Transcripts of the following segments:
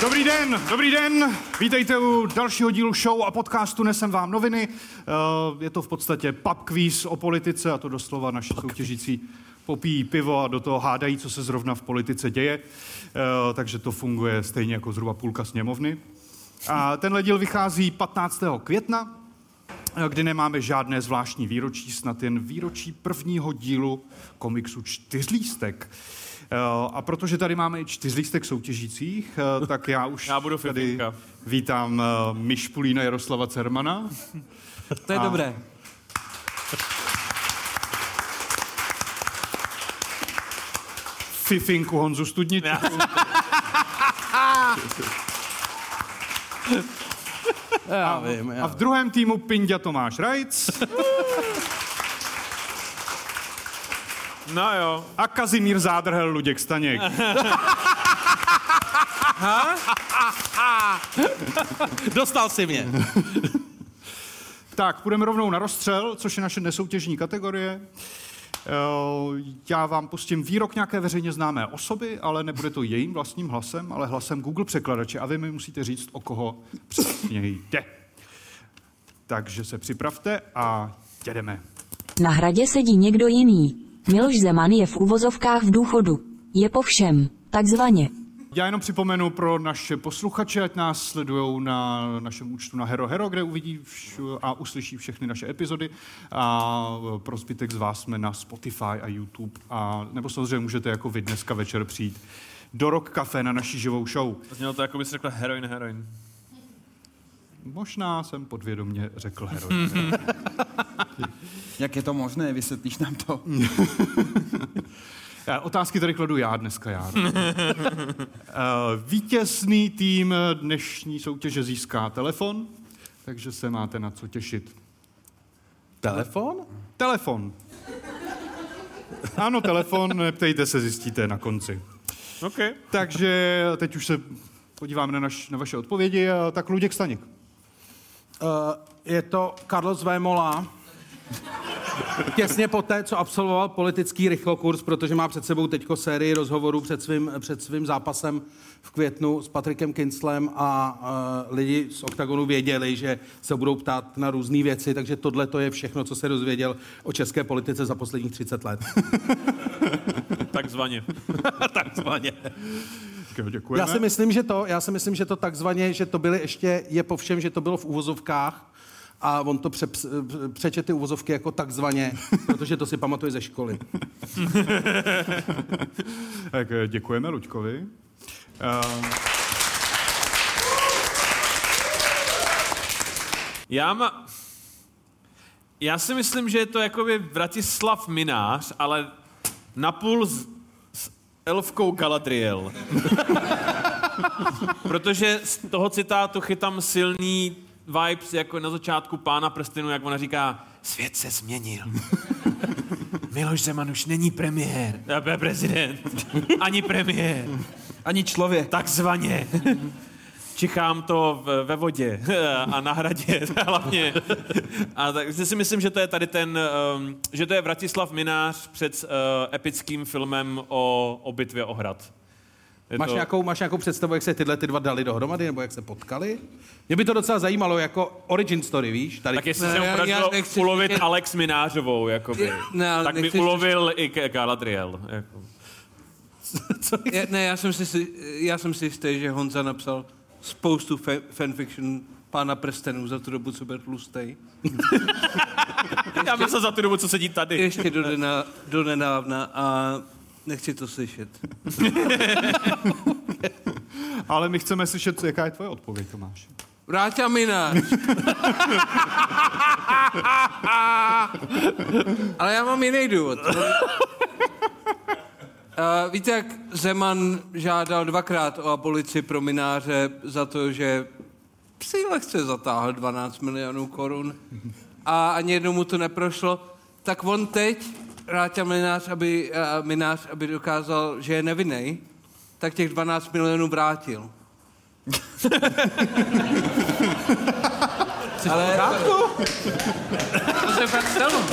Dobrý den, dobrý den. Vítejte u dalšího dílu show a podcastu Nesem vám noviny. Eh, Je to v podstatě pub quiz o politice a to doslova naši soutěžící popíjí pivo a do toho hádají, co se zrovna v politice děje. Eh, Takže to funguje stejně jako zhruba půlka sněmovny. A tenhle díl vychází 15. května, eh, kdy nemáme žádné zvláštní výročí, snad jen výročí prvního dílu komiksu Čtyřlístek. Eh, A protože tady máme i čtyřlístek soutěžících, eh, tak já už Já budu tady Fifinka. vítám eh, Mišpulína Jaroslava Cermana. To je A- dobré. Fifinku Honzu Studničku. Já vím, já A v druhém týmu Pindia Tomáš Rajc No jo. a Kazimír Zádrhel Luděk Staněk. vím. Dostal si mě. Tak, půjdeme rovnou na rozstřel, což je naše nesoutěžní kategorie. Eh, Já vám pustím výrok nějaké veřejně známé osoby, ale nebude to jejím vlastním hlasem, ale hlasem Google překladače. A vy mi musíte říct, o koho přesně jde. Takže se připravte a jedeme. Na hradě sedí někdo jiný. Miloš Zeman je v uvozovkách v důchodu. Je po všem, takzvaně. Já jenom připomenu pro naše posluchače, ať nás sledují na našem účtu na Hero Hero, kde uvidí vš- a uslyší všechny naše epizody. A pro zbytek z vás jsme na Spotify a YouTube. A, nebo samozřejmě můžete jako vy dneska večer přijít do Rock Café na naší živou show. Znělo to, jako by si řekla heroin, heroin. Možná jsem podvědomě řekl heroin. Jak je to možné? Vysvětlíš nám to? Eh, Otázky tady kladu já dneska, já. Eh, Vítězný tým dnešní soutěže získá telefon, takže se máte na co těšit. Telefon? Telefon. Ano, telefon, neptejte se, zjistíte na konci. OK. Takže teď už se podíváme na, naš, na vaše odpovědi. A Tak Luděk Staněk. Eh, je to Carlos Vémola. Těsně poté, co absolvoval politický rychlokurs, protože má před sebou teďko sérii rozhovorů před svým, před svým zápasem v květnu s Patrikem Kinslem a uh, lidi z OKTAGONu věděli, že se budou ptát na různé věci, takže tohle to je všechno, co se dozvěděl o české politice za posledních 30 let. Takzvaně. Takzvaně. Tak jo, Děkujeme. Já si myslím, že to, já si myslím, že to takzvaně, že to byly ještě, je po všem, že to bylo v úvozovkách a on to pře, přeče ty úvozovky jako takzvaně, protože to si pamatuje ze školy. tak eh, děkujeme Luďkovi. Eh, Já má... Já si myslím, že je to jakoby Vratislav Minář, ale napůl s, s elfkou Galadriel. Protože z toho citátu chytám silný vibes jako na začátku Pána prstenu, jak ona říká, svět se změnil. Miloš Zeman už není premiér, eh, prezident, ani premiér. Ani člověk. Takzvaně. Čichám to v, ve vodě a na hradě hlavně. A takže si myslím, že to je tady ten, ehm, že to je Vratislav Minář před eh, epickým filmem o, o bitvě o hrad. Je Máš to- nějakou, máš nějakou představu, jak se tyhle ty dva dali dohromady, nebo jak se potkali? Mě by to docela zajímalo, jako origin story, víš? Tady. Tak jestli Ne, jsem já- opravdu já nechci ulovit říct- Alex Minářovou, jakoby, Ne, ale tak mi nechci říct- ulovil i Ga- Galadriel. Jako. Je, ne, já jsem, si, já jsem si jistý, že Honza napsal spoustu fa- fanfiction pána prstenů za tu dobu, co byl tlustej. Já myslím za tu dobu, co sedí tady. Ještě do, dena, do nenávna a nechci to slyšet. ale my chceme slyšet, jaká je tvoje odpověď, Tomáš. Vráťa Minář. Ale já mám jiný důvod. Uh, víte, jak Zeman žádal dvakrát o abolici pro mináře za to, že si lehce zatáhl 12 milionů korun a ani jednomu to neprošlo, tak on teď, Ráťa Minář, aby, uh, minář, aby dokázal, že je nevinný, tak těch 12 milionů vrátil. Ale... To se fakt stalo.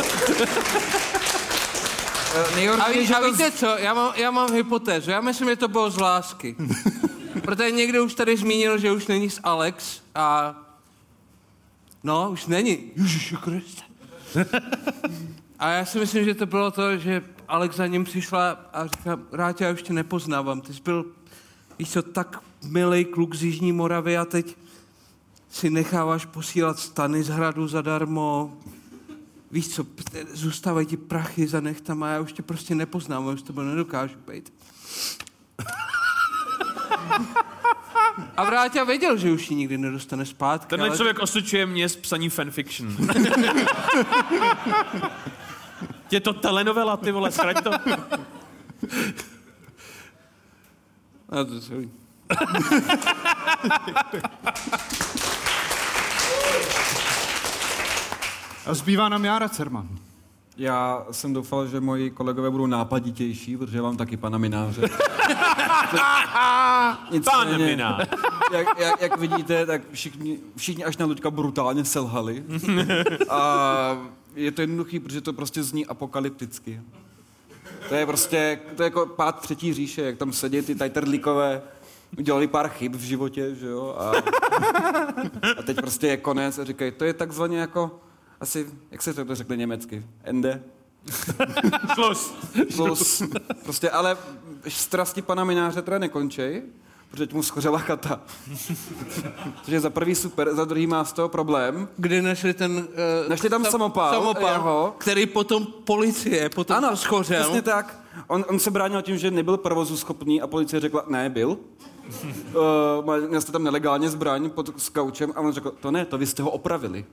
Nejhorší A, je, ví, že a to víte co, já mám, já mám hypotézu. Já myslím, že to bylo z lásky. Protože někdo už tady zmínil, že už není s Alex a... No, už není. Ježiši Kriste. A já si myslím, že to bylo to, že Alex za ním přišla a říká, rád já už tě nepoznávám. Ty jsi byl, víš co, tak milý kluk z Jižní Moravy a teď si necháváš posílat stany z hradu zadarmo. Víš co, p- zůstávají ti prachy za nechtama, já už tě prostě nepoznám, já už s tebou nedokážu být. A Vráťa věděl, že už ji nikdy nedostane zpátky. Tenhle ale- člověk osočuje mě z psaní fanfiction. Je to telenovela, ty vole, srať to. A No, to je celý. A zbývá nám Jára Cerman. Já jsem doufal, že moji kolegové budou nápaditější, protože mám taky pana Mináře. Pán Miná. jak, jak, jak vidíte, tak všichni, všichni až na Luďka brutálně selhali. A je to jednoduchý, protože to prostě zní apokalypticky. To je prostě, to je jako pád třetí říše, jak tam sedí ty tajterlíkové, udělali pár chyb v životě, že jo, a, a teď prostě je konec a říkají, to je takzvaně jako, asi, jak se to řekne německy, ende, Šlus. Plus, prostě, ale strasti pana Mináře teda nekončej, protože teď mu schořela chata. Což je za prvý super, za druhý má z toho problém. Kdy našli ten... Uh, Našli tam samopal, samopal jeho. který potom policie, potom ano, schořel. Přesně tak. On, on se bránil tím, že nebyl provozu schopný a policie řekla, ne, byl. Uh, měl jste tam nelegálně zbraň pod s kaučem a on řekl, to ne, to vy jste ho opravili.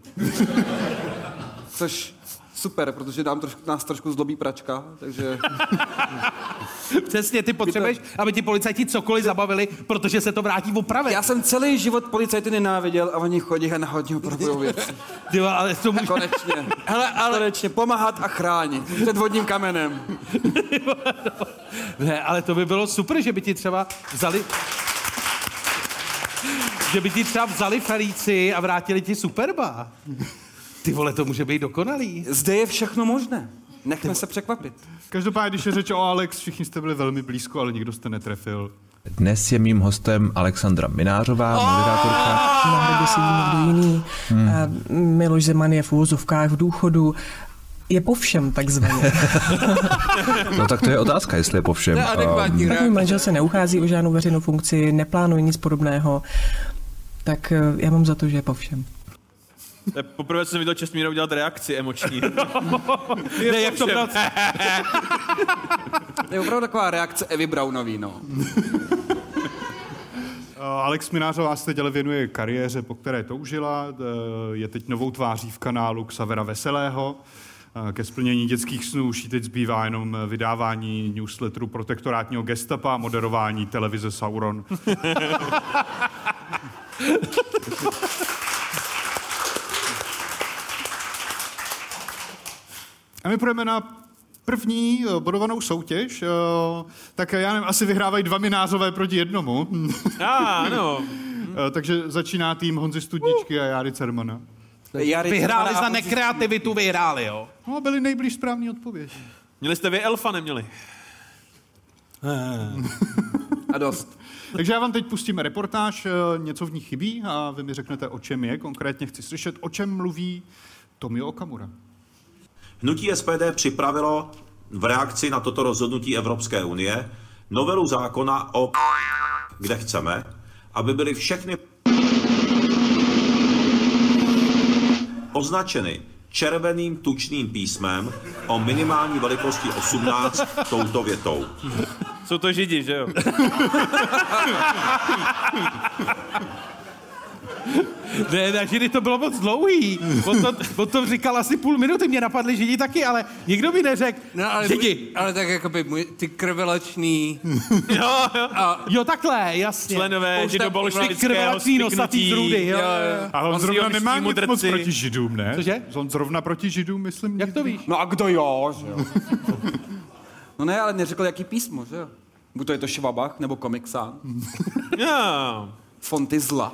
Což super, protože nám trošku, nás trošku zlobí pračka, takže... Přesně, ty potřebuješ, aby ti policajti cokoliv zabavili, protože se to vrátí v opravě. Já jsem celý život policajty nenáviděl a oni chodí a nahodně opravují věci. Ty vole, ale Jako- to může... Konečně. Hele, ale... Konečně pomáhat a chránit před vodním kamenem. Ne, ale to by bylo super, že by ti třeba vzali... Že by ti třeba vzali felíci a vrátili ti superba. Ty vole, to může být dokonalý. Zde je všechno možné. Nechme se překvapit. Každopádně, když je řeč o Alex, všichni jste byli velmi blízko, ale nikdo jste netrefil. Dnes je mým hostem Alexandra Minářová, moderátorka. na hradě sedí někdo jiný. A Miloš Zeman je v úvozovkách v důchodu. Je po všem takzvaně. No tak to je otázka, jestli je po všem. To je Um. adekvátní Tak můj reakce. manžel se neuchází o žádnou veřejnou funkci, neplánuje nic podobného. Tak eh, já mám za to, že je po všem. To je Poprvé jsem viděl Čestmíra udělat reakci emoční. Ne, jak to brat? Je opravdu taková reakce Evy Brownový, no. Eh, Alex Minářová se teď ale věnuje kariéře, po které toužila. Eh, Je teď novou tváří v kanálu Xavera Veselého. Eh, Ke splnění dětských snů už jí teď zbývá jenom eh, vydávání newsletteru protektorátního gestapa a moderování televize Sauron. A my půjdeme na první eh, bodovanou soutěž. Eh, Tak eh, já nevím, asi vyhrávají dva minářové proti jednomu. A, no. Eh, takže začíná tým Honzi Studničky a Járy Cermana. Jary Vyhráli Cimrana za a Honzi- nekreativitu, vyhráli, jo. No, byli nejblíž správný odpověď. Měli jste vy elfa, neměli? A dost. Takže já vám teď pustím reportáž, eh, něco v ní chybí a vy mi řeknete, o čem je. Konkrétně chci slyšet, o čem mluví Tomio Okamura. Hnutí SPD připravilo v reakci na toto rozhodnutí Evropské unie novelu zákona o kde chceme, aby byly všechny označeny červeným tučným písmem o minimální velikosti 18 touto větou. Jsou to židi, že jo? Ne, na Židy to bylo moc dlouhý. On to, on to říkal asi půl minuty, mě napadli Židi taky, ale nikdo mi neřekl. No, ale, Židi. ale tak jakoby můj, ty krvelační... Jo, jo. Jo, takhle, jasně. Členové Spousta židobolševického Krvelační nosatý spiknutí. zrudy, jo. jo, jo. A on On zrovna zionistský nemá nic moc mudrci. proti židům, ne? Cože? On zrovna proti židům, myslím. Jak nic to nemá. víš? No a kdo jo, že jo. No ne, ale neřekl, jaký písmo, že jo. Buď to je to Švabach, nebo Komiksán. Jo. Fonty zla.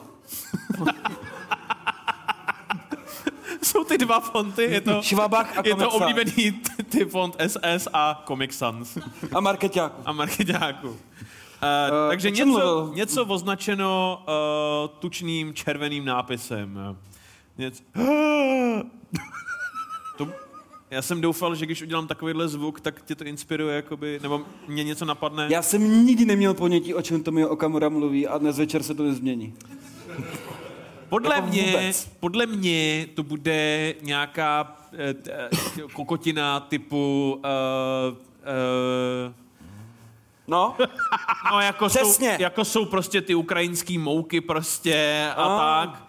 Jsou ty dva fonty, je to, Švabach a No. je to Comic Sans. oblíbený ty, ty font SS a Comic Sans A Markeťáku. a Markeťáku. Uh, takže Eh, o čem něco, mluvil? něco označeno uh, tučným červeným nápisem. Něco... to, já jsem doufal, že když udělám takovýhle zvuk, tak tě to inspiruje, jakoby, nebo mě něco napadne. Já jsem nikdy neměl ponětí, o čem to mi Okamura mluví a dnes večer se to nezmění. Podle Jako mě, vůbec. podle mě to bude nějaká eh, t- eh, kokotina typu... Uh, uh, No, no jako Přesně. jsou, jako jsou prostě ty ukrajinský mouky prostě a, A. tak.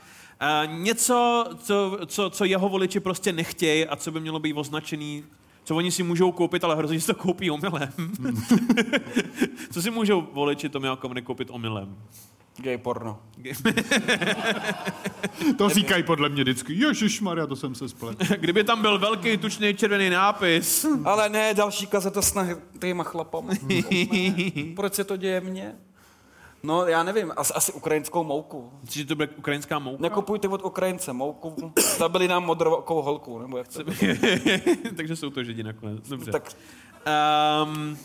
Uh, něco, co, co, co jeho voliči prostě nechtějí a co by mělo být označený co oni si můžou koupit, ale hrozně si to koupí omylem. co si můžou voliči Tomia Okamura koupit omylem? gay porno. To říkají podle mě vždycky. Ježíš Maria, to jsem se spletl. Kdyby tam byl velký tučný červený nápis. Ale ne, další kazeta s nahatýma chlapama. Proč se to děje mně? No, já nevím, asi, asi ukrajinskou mouku. Že to bude ukrajinská mouka? Nekupujte od Ukrajince mouku, zabili nám modrou holku, nebo jak to Takže jsou to židi nakonec. Dobře. Tak Um,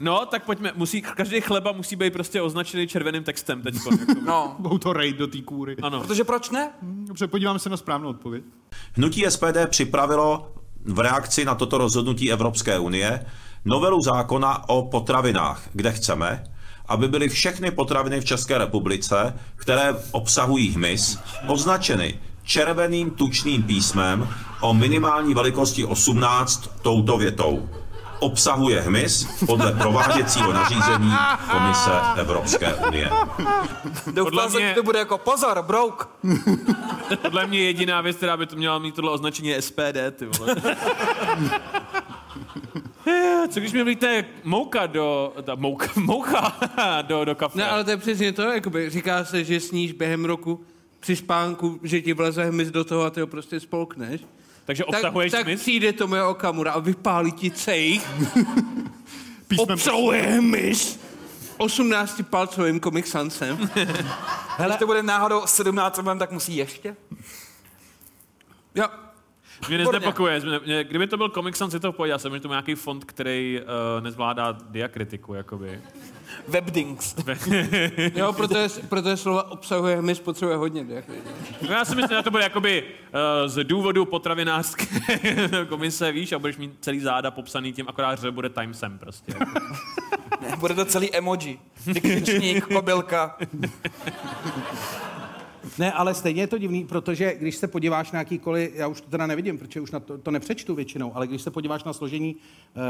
no, tak pojďme. Musí, každý chleba musí být prostě označený červeným textem teď. no, Budou to raid do té kůry. Ano. protože proč ne? Dobře, podíváme se na správnou odpověď. Hnutí SPD připravilo v reakci na toto rozhodnutí Evropské unie novelu zákona o potravinách, kde chceme, aby byly všechny potraviny v České republice, které obsahují hmyz, označeny červeným tučným písmem o minimální velikosti 18 touto větou. Obsahuje hmyz podle prováděcího nařízení Komise Evropské unie. Doufám, mě- mě... že to bude jako pozor, brouk. Podle mě jediná věc, která by to měla mít tohle označení je SPD, ty vole. Eh, Co když mi vlíte mouka do... Ta mouka, mouka do, do kafe? Ne, ale to je přesně to, jakoby říká se, že sníš během roku při spánku, že ti vleze hmyz do toho a ty ho prostě spolkneš. Takže Tak, obsahuješ tak hmyz? přijde to moje okamura a vypálí ti cejch, Písmem obsahuje hmyz 18 palcovým komiksancem. Hele. Když to bude náhodou 17 mm, tak musí ještě. Jo, Mě neznepokuje. mě- mě- Kdyby to byl Comic Sans, je to v pohodě. Já jsem, že to má nějaký fond, který uh, nezvládá diakritiku, jakoby. Webdings. jo protože, protože slova obsahuje hmyz potřebuje hodně. jako. No já si myslím, že to bude jakoby uh, z důvodu potravinářské komise, víš, a budeš mít celý záda popsaný tím, akorát že bude timesem prostě. Ne, bude to celý emoji. Ty křičník, kobylka. Ne, ale stejně je to divný, protože když se podíváš na jakýkoliv, já už to teda nevidím, protože už na to, to nepřečtu většinou, ale když se podíváš na složení uh,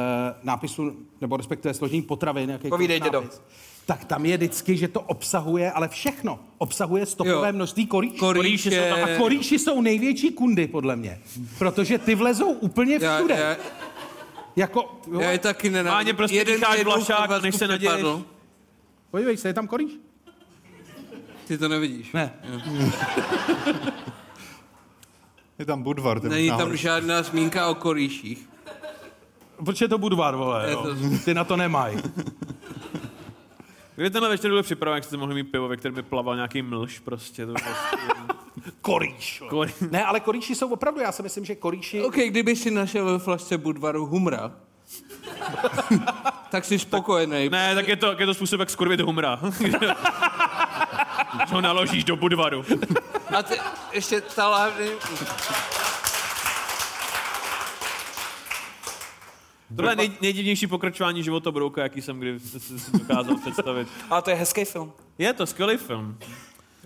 nápisu, nebo respektive složení potravin, jakýkoliv Povídej, dědo. nápis, tak tam je vždycky, že to obsahuje, ale všechno. Obsahuje stopové Jo. množství korýšů. Korýše, jsou tam- A korýši jsou největší kundy, podle mě. Protože ty vlezou úplně já, všude. já, Jako, jo, já, je taky nenávidím. Páně, prostě dýcháš jednou vlašák, Chorvatsku než se naděješ. přepadl. podívej se, je tam korýš? Ty to nevidíš. Ne. Je tam Budvar. Ten Není nahoře. tam žádná zmínka o korýších. Proč je to budvar, vole, Je jo? to- Ty na to nemají. Kdyby tenhle večer byl připraven, jak jste mohli mít pivo, ve kterém by plaval nějaký mlž prostě. To prostě Korýš. Korý. Ne, ale korýši jsou opravdu, já si myslím, že korýši... OK, kdyby si našel ve flašce Budvaru humra, tak jsi spokojený. Ne, tak je to, tak je to způsob, jak skurvit humra. Že ho naložíš do budvaru. A ty ještě ta láhne... Tohle je nej, nejdivnější pokračování životobrouka, jaký jsem kdy s- s- si dokázal představit. A to je hezký film. Je to skvělý film.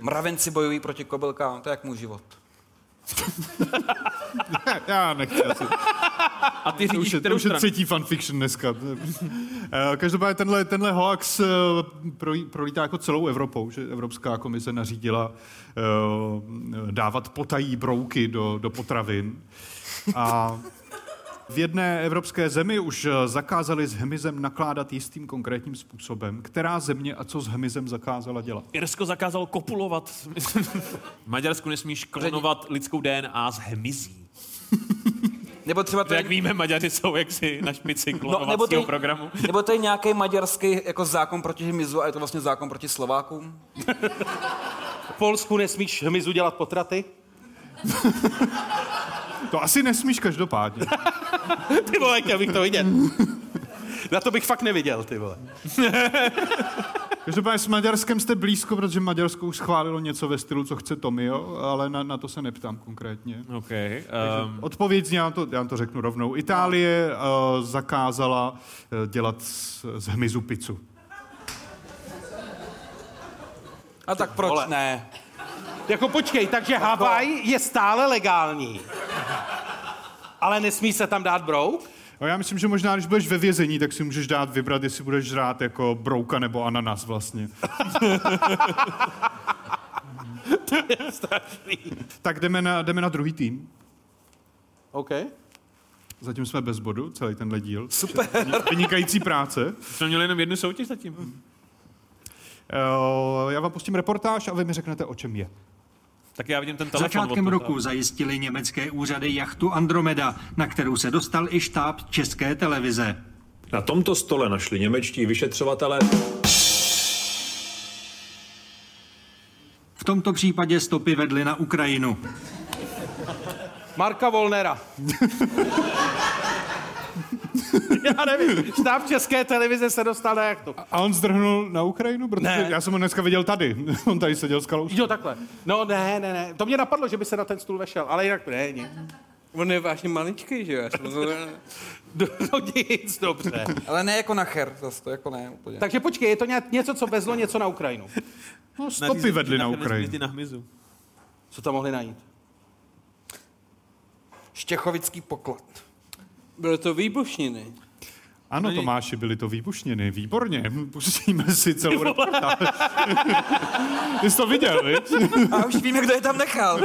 Mravenci bojují proti kobylkám, to je jak můj život. Ne, Já nechci asi. A ty To už řídíš je, to kterou už je stranu? třetí fanfiction dneska. Eh, Každopádně tenhle, tenhle hoax eh, proj- prolítá jako celou Evropou, že Evropská komise nařídila eh, dávat potají brouky do, do potravin. A v jedné evropské zemi už eh, zakázali s hmyzem nakládat jistým konkrétním způsobem. Která země a co s hmyzem zakázala dělat? Irsko zakázalo kopulovat. v Maďarsku nesmíš klonovat lidskou DNA z hmyzí. Nebo třeba to To, je, jak víme, Maďaři jsou jaksi na špici nebo klonovacího to, no, programu. nebo to je nějaký maďarský jako zákon proti hmyzu a je to vlastně zákon proti Slovákům. V Polsku nesmíš hmyzu dělat potraty? To asi nesmíš každopádně. Ty vole, chtěl bych to vidět. Na to bych fakt neviděl, ty vole. Každopádně s Maďarskem jste blízko, protože Maďarsko už schválilo něco ve stylu, co chce Tomio, ale na, na to se neptám konkrétně. OK. Um, Odpověď, já to, já to řeknu rovnou. Itálie uh, zakázala uh, dělat z, z hmyzu pizzu. A tak proč Vole. ne? Jako počkej, takže Havaj je stále legální. Ale nesmí se tam dát brouk? A já myslím, že možná, když budeš ve vězení, tak si můžeš dát vybrat, jestli budeš žrát jako brouka nebo ananas vlastně. Strašný. Tak jdeme na, jdeme na druhý tým. OK. Zatím jsme bez bodu, celý tenhle díl. Super. Vynikající práce. jsme měli jenom jednu soutěž zatím. Eh, Já vám pustím reportáž a vy mi řeknete, o čem je. Tak já vidím ten telefon. Začátkem odtud, roku zajistili německé úřady jachtu Andromeda, na kterou se dostal i štáb České televize. Na tomto stole našli němečtí vyšetřovatelé V tomto případě stopy vedly na Ukrajinu. Marka Volnera. Já nevím, štáb České televize se dostal na jachtu. A on zdrhnul na Ukrajinu? Protože Ne. já jsem ho dneska viděl tady. On tady seděl s kalousem. Jo, takhle. No ne, ne, ne. To mě napadlo, že by se na ten stůl vešel, ale jinak ne, ne. On je vážně maličký, že jo? Já jsem to- Do, do No, nic, dobře. Ale ne jako na her, zase to jako ne úplně. Takže počkej, je to ně- něco, co vezlo něco na Ukrajinu. No, Na stopy vedly na na Ukrajinu. Na hmyzu. Co tam mohli najít? Štěchovický poklad. Bylo to výbušniny. Ano, Tomáši, byly to výbušněny. Výborně. Pustíme si celou reportáž. Ty jsi to viděl, viď? A už víme, kdo je tam nechal.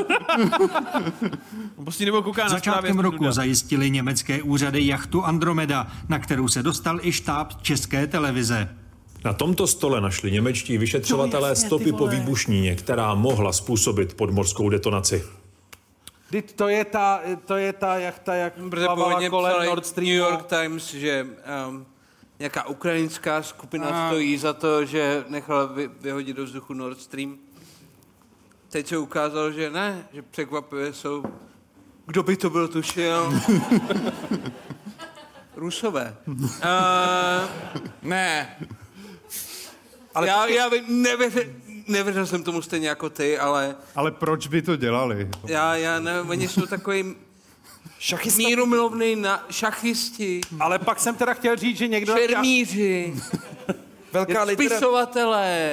On prostě nebo kouká na Začátkem zprávy, roku zajistili německé úřady jachtu Andromeda, na kterou se dostal i štáb České televize. na tomto stole našli němečtí No, vyšetřovatelé stopy po výbušnině, která mohla způsobit podmorskou detonaci. Dit, to je ta, to je ta jachta, jak Protože plavala původně kolem psali Nord New Streamu. York Times, že eh, um, nějaká ukrajinská skupina stojí za to, že nechala vy, vyhodit do vzduchu Nord Stream. Teď se ukázalo, že ne, že překvapivě jsou... Kdo by to byl tušil? Rusové. Uh, Ne. ale já, já vy- nevěřil, nevěřil jsem tomu stejně jako ty, ale Ale proč by to dělali? já, já nevím, oni jsou takový Šachista. míru milovný na šachisti, Ale pak jsem teda chtěl říct, že někdo... šermíři, Velká litera... spisovatelé.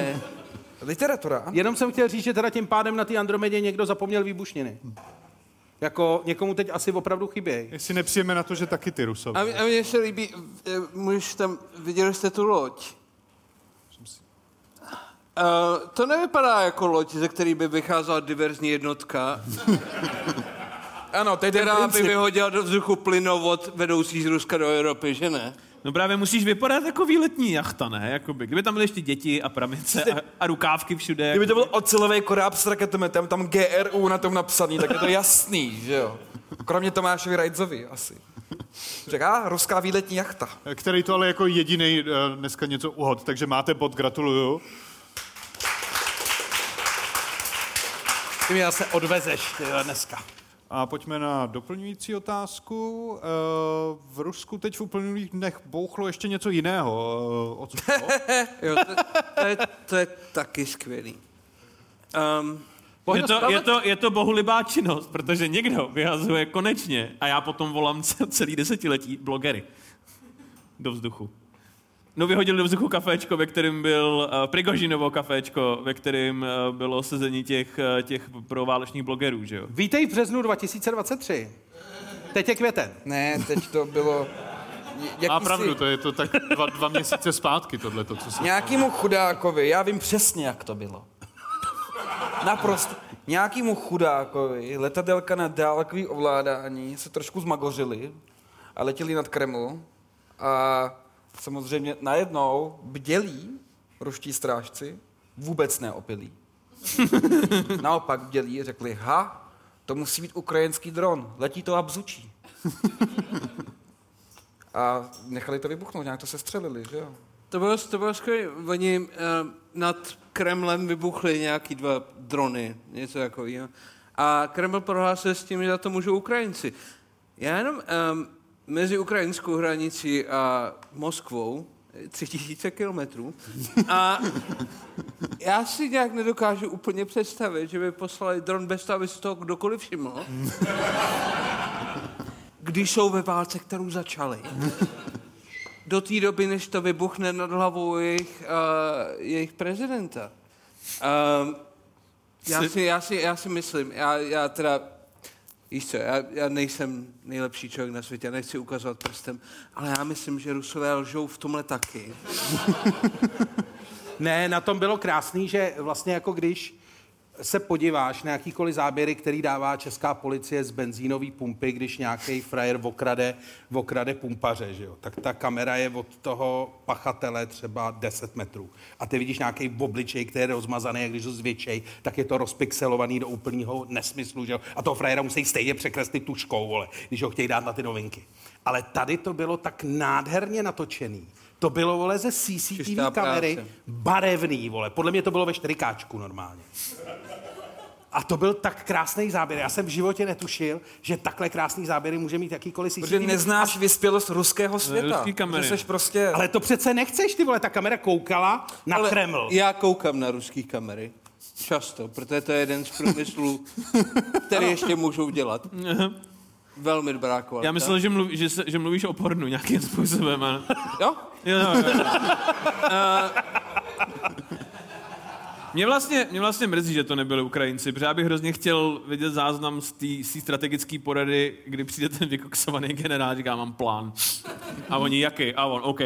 literatura. Jenom jsem chtěl říct, že teda tím pádem na té Andromedě někdo zapomněl výbušniny. Jako někomu teď asi opravdu chybějí. Jestli nepřijeme na to, že taky ty rusové. A, mě- a mně se líbí, eh, můžeš tam, viděli jste tu loď? Uh, to nevypadá jako loď, ze který by vycházela diverzní jednotka, Ano, to je ten která by princip. vyhodila do vzduchu plynovod vedoucí z Ruska do Evropy, že ne? No právě musíš vypadat jako výletní jachta, ne? Jakoby. Kdyby tam byly ještě děti a pramice a, a rukávky všude. jako- Kdyby to byl ocelový koráb s raketometem, tam GRU na tom napsaný, tak je to jasný, že jo? Kromě Tomášovi Rajzovi asi. Říká, ah, ruská výletní jachta. Který to ale jako jediný dneska něco uhod, takže máte bod, gratuluju. Ty mě zase odvezeš ty, dneska. A pojďme na doplňující otázku. Eh, V Rusku teď v uplynulých dnech bouchlo ještě něco jiného. Eh, O co šlo? Jo, to, to, je, to je taky skvělý. Um, Je to, je, to, je to bohulibá činnost, protože někdo vyhazuje konečně a já potom volám ce- celý desetiletí blogery do vzduchu. No vyhodil do vzduchu kaféčko, ve kterém byl uh, Prigožinovo kaféčko, ve kterém uh, bylo sezení těch, uh, těch proválečných blogerů, že jo? Vítej v březnu 2023. Teď je květen. Ne, teď to bylo... Jakýsi, Má pravdu, to je to tak dva, dva měsíce zpátky tohle, to, co se... Nějakýmu chudákovi, já vím přesně, jak to bylo. Naprosto. Nějakýmu chudákovi letadelka na dálkový ovládání se trošku zmagořili a letěli nad Kreml. A samozřejmě najednou bdělí ruští strážci vůbec neopilí. Naopak bdělí řekli, ha, to musí být ukrajinský dron, letí to a bzučí. A nechali to vybuchnout, nějak to sestřelili, že jo? to bylo, to bylo skvělý. Oni uh, nad Kremlem vybuchly nějaký dva drony, něco takového. A Kreml prohlásil s tím, že za to můžou Ukrajinci. Já jenom, um, mezi ukrajinskou hranicí a Moskvou, tři tisíce kilometrů. A já si nějak nedokážu úplně představit, že by poslali dron bez toho, aby si toho kdokoliv všiml. Když jsou ve válce, kterou začali. Do té doby, než to vybuchne nad hlavou jejich, uh, jejich prezidenta. Um, já, si, já, si, já si myslím, já, já teda, víš co, já, já nejsem nejlepší člověk na světě, já nechci ukazovat prstem, ale já myslím, že Rusové lžou v tomhle taky. Ne, na tom bylo krásný, že vlastně jako když se podíváš na jakýkoliv záběry, který dává česká policie z benzínové pumpy, když nějaký frajer okrade, okrade pumpaře, že jo? tak ta kamera je od toho pachatele třeba 10 metrů. A ty vidíš nějaký obličej, který je rozmazaný, a když ho zvětšej, tak je to rozpixelovaný do úplného nesmyslu. Že jo? A toho frajera musí stejně překreslit tuškou, vole, když ho chtějí dát na ty novinky. Ale tady to bylo tak nádherně natočený. To bylo, vole, ze Čistá CCTV práce. kamery, barevný, vole. Podle mě to bylo ve čtyřikáčku normálně. A to byl tak krásný záběr. Já jsem v životě netušil, že takhle krásný záběry může mít jakýkoliv CCTV. Protože neznáš vyspělost ruského světa. ruský kamery. Že Seš prostě... Ale to přece nechceš, ty vole, ta kamera koukala na Ale... Kreml. Já koukám na ruský kamery. Často, protože to je jeden z průmyslů, který ještě můžou dělat. Velmi dobrá kvalita. Já myslel, že, mluví, že, se, že mluvíš o pornu nějakým způsobem. Ale... Jo? Jo, jo, jo. Mě vlastně, mě vlastně mrzí, že to nebyli Ukrajinci, protože já bych hrozně chtěl vidět záznam z té strategické porady, kdy přijde ten vykoksovaný generál, říká, mám plán. A oni, jaký? A on, OK.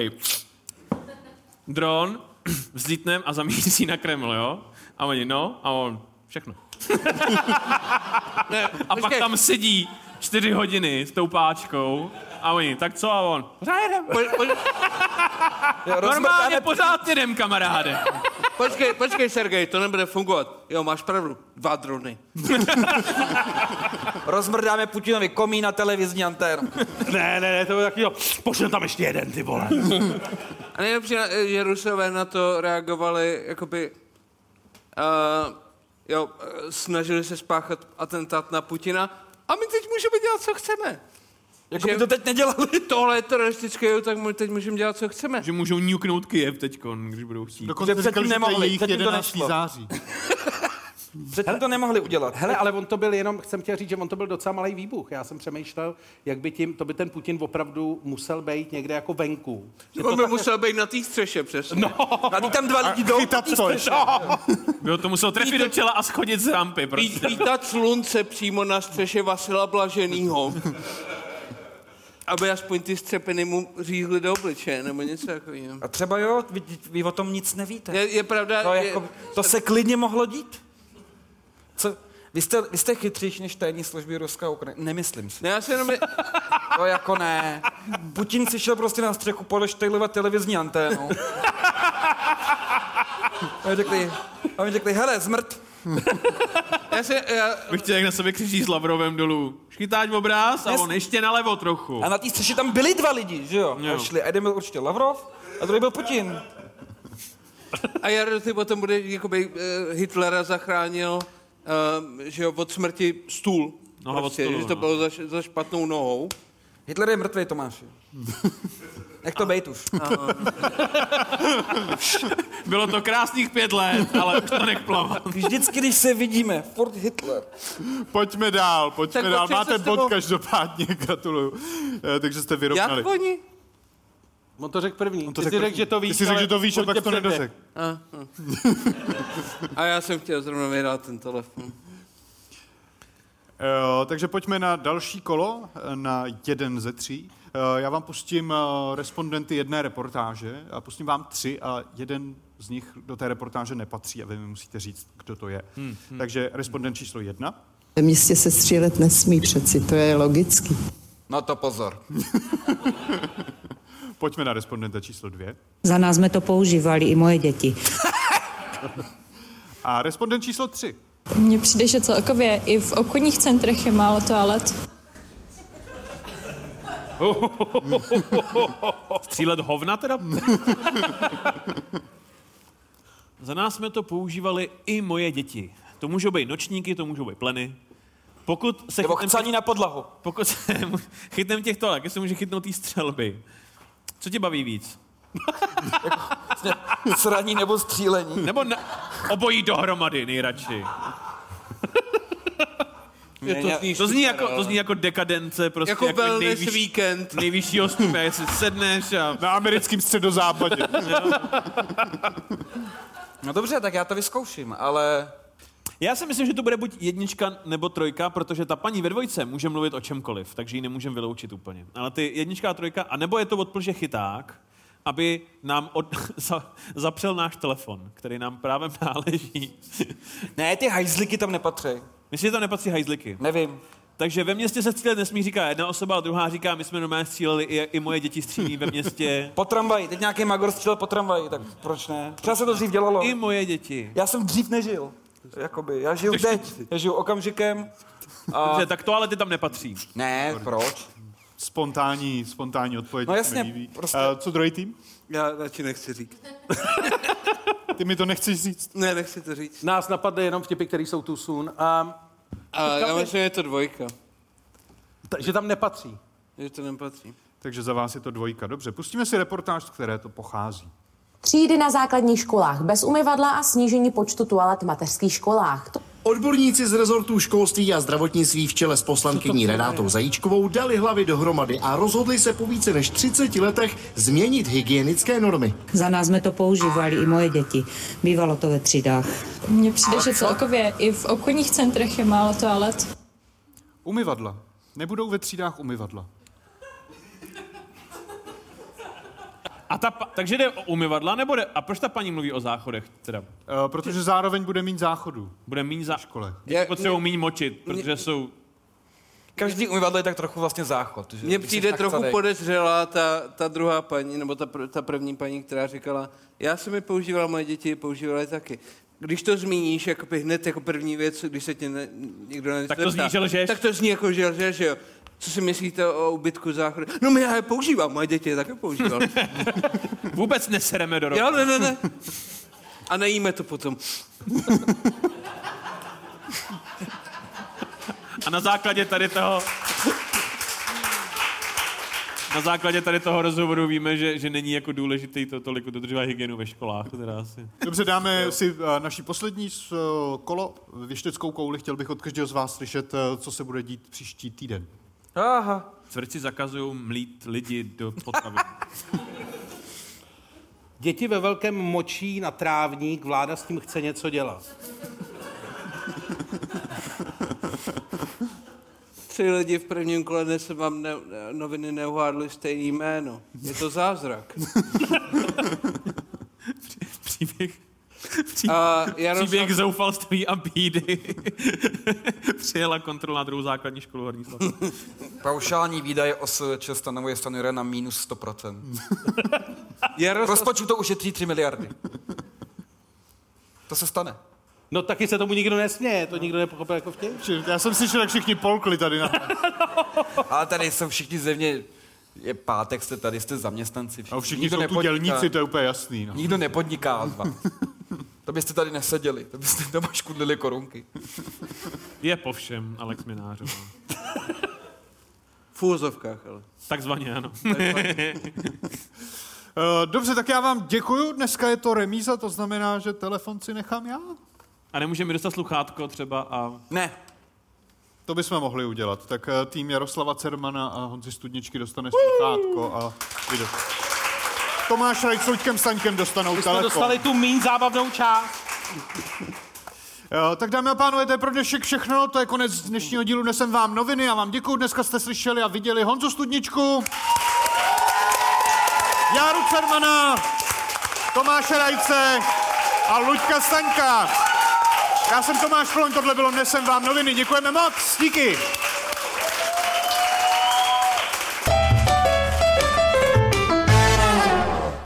Dron vzlítnem a zamíří na Kreml, jo? A oni, no? A on, všechno. ne, a pak tam sedí čtyři hodiny s tou páčkou a oni, tak co? A on, pořád jedem. Normálně pořád jedem, kamaráde. Počkej, počkej, Sergej, to nebude fungovat. Jo, máš pravdu. Dva drony. Rozmrdáme Putinovi komín na televizní anténu. Ne, ne, ne, to bylo taky, jo, pošlem tam ještě jeden, ty vole. A nejlepší, na- že Rusové na to reagovali, jakoby... Uh, jo, eh, snažili se spáchat atentát na Putina a my teď můžeme dělat, co chceme. Jakoby to Jako teď nedělali. Tohle je teroristické, jo, tak my teď můžeme dělat, co chceme. Že můžou nuknout Kyjev teď, když budou chtít. Dokonce Že předtím říkali, že to je nemohli, jejich předtím to 11. nešlo. září. Předtím to nemohli udělat. Hele, ale on to byl jenom, jsem chtěl říct, že on to byl docela malý výbuch. Já jsem přemýšlel, jak by tím, to by ten Putin opravdu musel být někde jako venku. Že On to by tak- musel být na té střeše, přesně. No. A ty tam dva lidi jdou po té střeše. Jo, to musel trefit do čela a schodit z rampy, Pí- prostě. Pítat slunce přímo na střeše Vasila Blaženýho. Aby aspoň ty střepiny mu řízly do obličeje, nebo něco takového. A třeba jo, vy, vy o tom nic nevíte. Je- je pravda, To, je- jako, to se klidně mohlo dít. Co? Vy jste, vy jste chytřejší než tajní služby Ruska a Ukrajiny. Nemyslím si. Ne, já se jenom... To jako ne. Putin si šel prostě na střechu podeštajlovat televizní anténu. A my řekli, a my řekli, hele, zmrt. Já se, já, Bych chtěl, jak na sebe křičí s Lavrovem dolů. Škytáč obráz a Nes- on ještě nalevo trochu. A na té střeše tam byli dva lidi, že jo? Jo. A šli, a jeden byl určitě Lavrov, a druhý byl Putin. A Jardo, ty potom bude, jakoby eh, Hitlera zachránil, eh, že jo, od smrti stůl. Prostě, Noha od stolu, že to no. bylo za, š- za špatnou nohou. Hitler je mrtvý, Tomáši. Jak to bejt už? Bylo to krásných pět let, ale už to nech plavat. Vždycky, když se vidíme, furt Hitler. Pojďme dál, pojďme Tak dál. pojďme Máte se s bod tebou- každopádně, gratuluju. Eh, takže jste Jak vyrovnali. oni? On to řekl první. On to to ty řekl řekl, první. řekl, že to Ty víš, jsi řekl, ale že to víš, a on pak tě to předběh. nedořekl. A, a. a já jsem chtěl zrovna vyhrát ten telefon. Eh, takže pojďme na další kolo, eh, na jeden ze tří. Eh, já vám pustím eh, respondenty jedné reportáže a pustím vám tři a jeden z nich do té reportáže nepatří a vy mi musíte říct, kdo to je. Hmm, hmm. Takže respondent číslo jedna. Ve městě se střílet nesmí přeci, to je logický. No to pozor. Pojďme na respondenta číslo dvě. Za nás jsme to používali i moje děti. A respondent číslo tři. Mně přijde, že celkově i v obchodních centrech je málo toalet. Střílet hovna teda? Za nás jsme to používali i moje děti. To můžou být nočníky, to můžou být pleny. Pokud se Nebo chytnem- chcaní na podlahu. Pokud se mu- chytnem těchto, tak se může chytnout té střelby. Co tě baví víc? Sraní nebo střílení. Nebo na, obojí dohromady nejradši. Je to zní to, zní super, jako, to ale- zní jako dekadence, prostě Jako jako wellness nejvyšší, víkend. nejvyššího stupně, jak si sedneš a... Na americkým středozápadě. No dobře, tak já to vyzkouším, ale... Já si myslím, že to bude buď jednička nebo trojka, protože ta paní ve dvojce může mluvit o čemkoliv, takže ji nemůžeme vyloučit úplně. Ale ty jednička a trojka, a nebo je to od Plže chyták, aby nám od, za, zapřel náš telefon, který nám právě náleží. Ne, ty hajzliky tam nepatří. Myslím, že tam nepatří hajzliky. Nevím. Takže ve městě se střílet nesmí, říká jedna osoba, a druhá říká, my jsme normálně stříleli, i, i moje děti střílí ve městě. Po tramvaji, teď nějaký magor střílel po tramvaji, tak proč ne? Třeba se to dřív dělalo. I moje děti. Já jsem dřív nežil. Jakoby, já žiju teď, já žiju okamžikem. A... Dobře, tak to ale ty tam nepatří. Ne, proč? Spontánní, spontánní odpověď. No se mi jasně, líbí. prostě- Eh, co druhý tým? Já radši nechci říct. Ty mi to nechceš říct. Ne, nechci to říct. Nás napadly jenom vtipy, které jsou tu sun. Um, A Kam já by- myslím, že je to dvojka. že tam nepatří. Že to nepatří. Takže za vás je to dvojka. Dobře, pustíme si reportáž, z které to pochází. Třídy na základních školách bez umyvadla a snížení počtu toalet v mateřských školách. To Odborníci z rezortů školství a zdravotnictví v čele s poslankyní Renátou Zajíčkovou dali hlavy dohromady a rozhodli se po více než 30 letech změnit hygienické normy. Za nás jsme to používali i moje děti. Bývalo to ve třídách. Mně přijde, že celkově i v obchodních centrech je málo toalet. Umyvadla. Nebudou ve třídách umyvadla. A ta, pa- takže jde o umyvadla, nebo jde, a proč ta paní mluví o záchodech teda? Eh, protože zároveň bude mít záchodu. Bude méně za... škole. Děti potřebují méně močit, protože jsou... Každý umyvadlo je tak trochu vlastně záchod. že? Mně Když přijde jsi tak trochu cadej. podezřelá ta, ta druhá paní, nebo ta, pr- ta první paní, která říkala, já jsem je používala, moje děti je používaly taky. Když to zmíníš, jako hned jako první věc, když se tě ne, nikdo na nic Tak to zní, neptá, že lžeš. Tak to zní jako, že lžeš, že jo. Co si myslíte o ubytku záchodu? No my já je používám, moje děti je také používal. Vůbec nesereme do jo, ne, ne, ne. A nejíme to potom. A na základě tady toho... Na základě tady toho rozhovoru víme, že, že není jako důležitý to tolik dodržovat hygienu ve školách. Teda asi. Dobře, dáme si eh, naší poslední s- eh, kolo věšteckou kouli. Chtěl bych od každého z vás slyšet, eh, co se bude dít příští týden. Aha. Tvrdci zakazují mlít lidi do potravy. Děti ve velkém močí na trávník, vláda s tím chce něco dělat. Tři lidi v prvním kole dnes vám ne, ne- noviny neuhádly stejný jméno. Je to zázrak. Příběh. A Jaroslav- Příběh zoufalství a bídy. Přijela kontrola na druhou základní školu Horní Slav. Paušální výdaje OSČ stanovuje Stanjura na minus 100%. Jaroslav... Rozpočtu to ušetří 3 miliardy. To se stane. No taky se tomu nikdo nesměje, to nikdo nepochopil jako vtip. Já jsem slyšel, jak všichni polkli tady na Ale tady jsou všichni zevně, je pátek, jste tady, jste zaměstnanci. Všichni. A No, všichni jsou tu dělníci, to je úplně jasný. No. Nikdo nepodniká od vás. To byste tady neseděli, to byste doma škudlili korunky. Je po všem Alex Minářová. V úvozovkách, ale. Takzvaně ano. Eh, Dobře, tak já vám děkuju. Dneska je to remíza, to znamená, že telefon si nechám já. A nemůže mi dostat sluchátko třeba a... Ne. To bychom mohli udělat. Tak eh, tým Jaroslava Cermana a Honzi Studničky dostane sluchátko a video. Tomáš Rajk s Luďkem Staňkem dostanou Jsme telefon. No dostali tu míň zábavnou část. Jo, tak dámy a pánové, to je pro dnešek všechno, to je konec dnešního dílu, nesem vám noviny a vám děkuju, dneska jste slyšeli a viděli Honzu Studničku, Járu Cermana, Tomáše Rajce a Luďka Staňka. Já jsem Tomáš Kloň, tohle bylo Nesem vám noviny, děkujeme moc, díky.